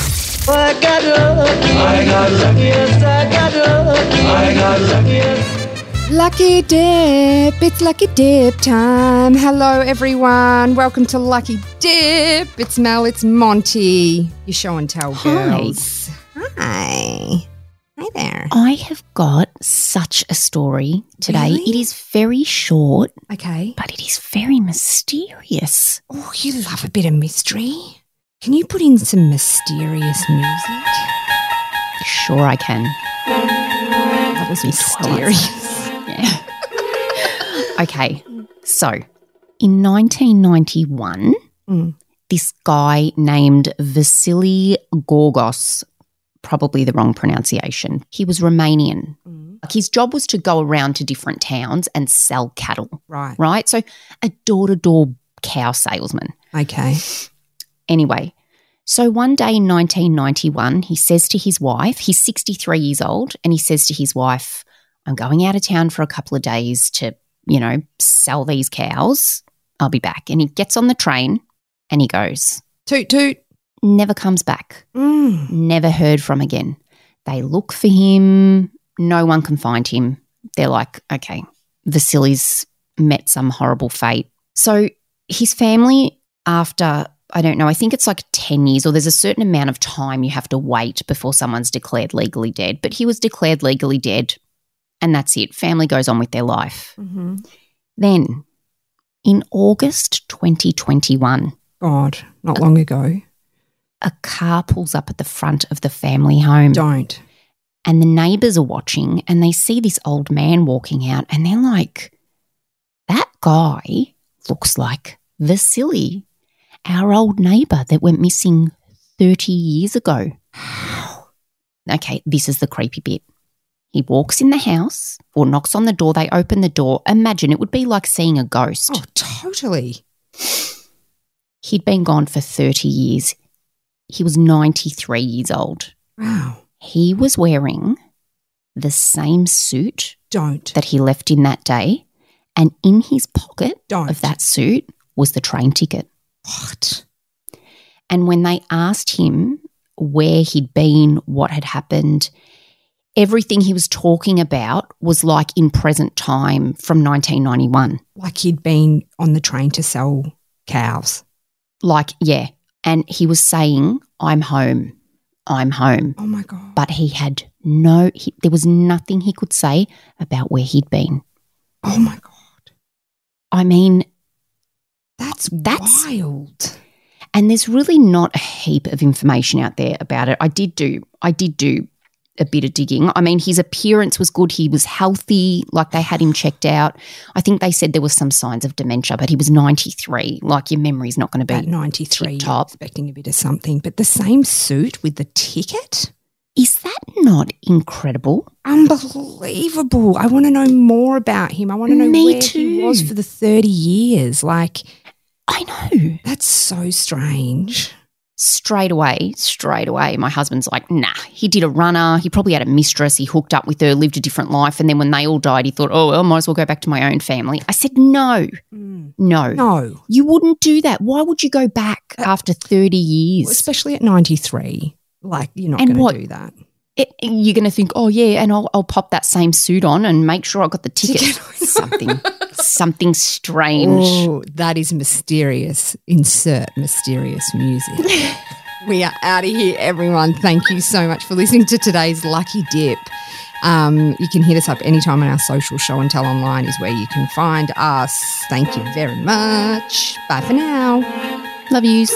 Oh, I got lucky. I got lucky. Yes, I got lucky. I got lucky. Yes. Lucky Dip, it's Lucky Dip time. Hello, everyone. Welcome to Lucky Dip. It's Mel, it's Monty, your show and tell Hi. girls. Hi. Hi there. I have got such a story today. Really? It is very short, Okay. but it is very mysterious. Oh, you love a bit of mystery. Can you put in some mysterious music? Sure, I can. That was mysterious. Yeah. okay. So, in 1991, Mm. this guy named Vasily Gorgos, probably the wrong pronunciation, he was Romanian. Mm. Like, His job was to go around to different towns and sell cattle, Right. right? So, a door to door cow salesman. Okay. Anyway, so one day in 1991, he says to his wife, he's 63 years old, and he says to his wife, I'm going out of town for a couple of days to, you know, sell these cows. I'll be back. And he gets on the train and he goes, Toot toot. never comes back, Mm. never heard from again. They look for him, no one can find him. They're like, okay, Vasily's met some horrible fate. So his family, after, I don't know, I think it's like 10 years or there's a certain amount of time you have to wait before someone's declared legally dead. But he was declared legally dead and that's it. Family goes on with their life. Mm-hmm. Then in August 2021, God, not long ago. a car pulls up at the front of the family home. Don't. and the neighbors are watching and they see this old man walking out and they're like, that guy looks like Vasily, our old neighbor that went missing 30 years ago. okay, this is the creepy bit. He walks in the house or knocks on the door. They open the door. Imagine it would be like seeing a ghost. Oh, totally. He'd been gone for 30 years. He was 93 years old. Wow. He was wearing the same suit Don't. that he left in that day, and in his pocket Don't. of that suit was the train ticket. What? And when they asked him where he'd been, what had happened, everything he was talking about was like in present time from 1991. Like he'd been on the train to sell cows. Like, yeah. And he was saying, I'm home, I'm home. Oh my God. But he had no, he, there was nothing he could say about where he'd been. oh my God. I mean, That's, That's- wild. And there's really not a heap of information out there about it. I did do I did do a bit of digging. I mean, his appearance was good. He was healthy, like they had him checked out. I think they said there was some signs of dementia, but he was 93. Like your memory's not going to At be. 93, you're tip-top. expecting a bit of something. But the same suit with the ticket? Is that not incredible? Unbelievable. I want to know more about him. I want to know Me where he was too. for the 30 years. Like, I know. that's so strange. Straight away, straight away, my husband's like, nah, he did a runner. He probably had a mistress. He hooked up with her, lived a different life. And then when they all died, he thought, oh, well, I might as well go back to my own family. I said, no, no. No. You wouldn't do that. Why would you go back Uh, after 30 years? Especially at 93. Like, you're not And going what- to do that. It- you're going to think, oh, yeah, and I'll, I'll pop that same suit on and make sure I got the ticket. Ticket. something, something strange. Oh, that is mysterious. Insert mysterious music. we are out of here, everyone. Thank you so much for listening to today's Lucky Dip. Um, you can hit us up anytime on our social show and tell online is where you can find us. Thank you very much. Bye for now. Love yous.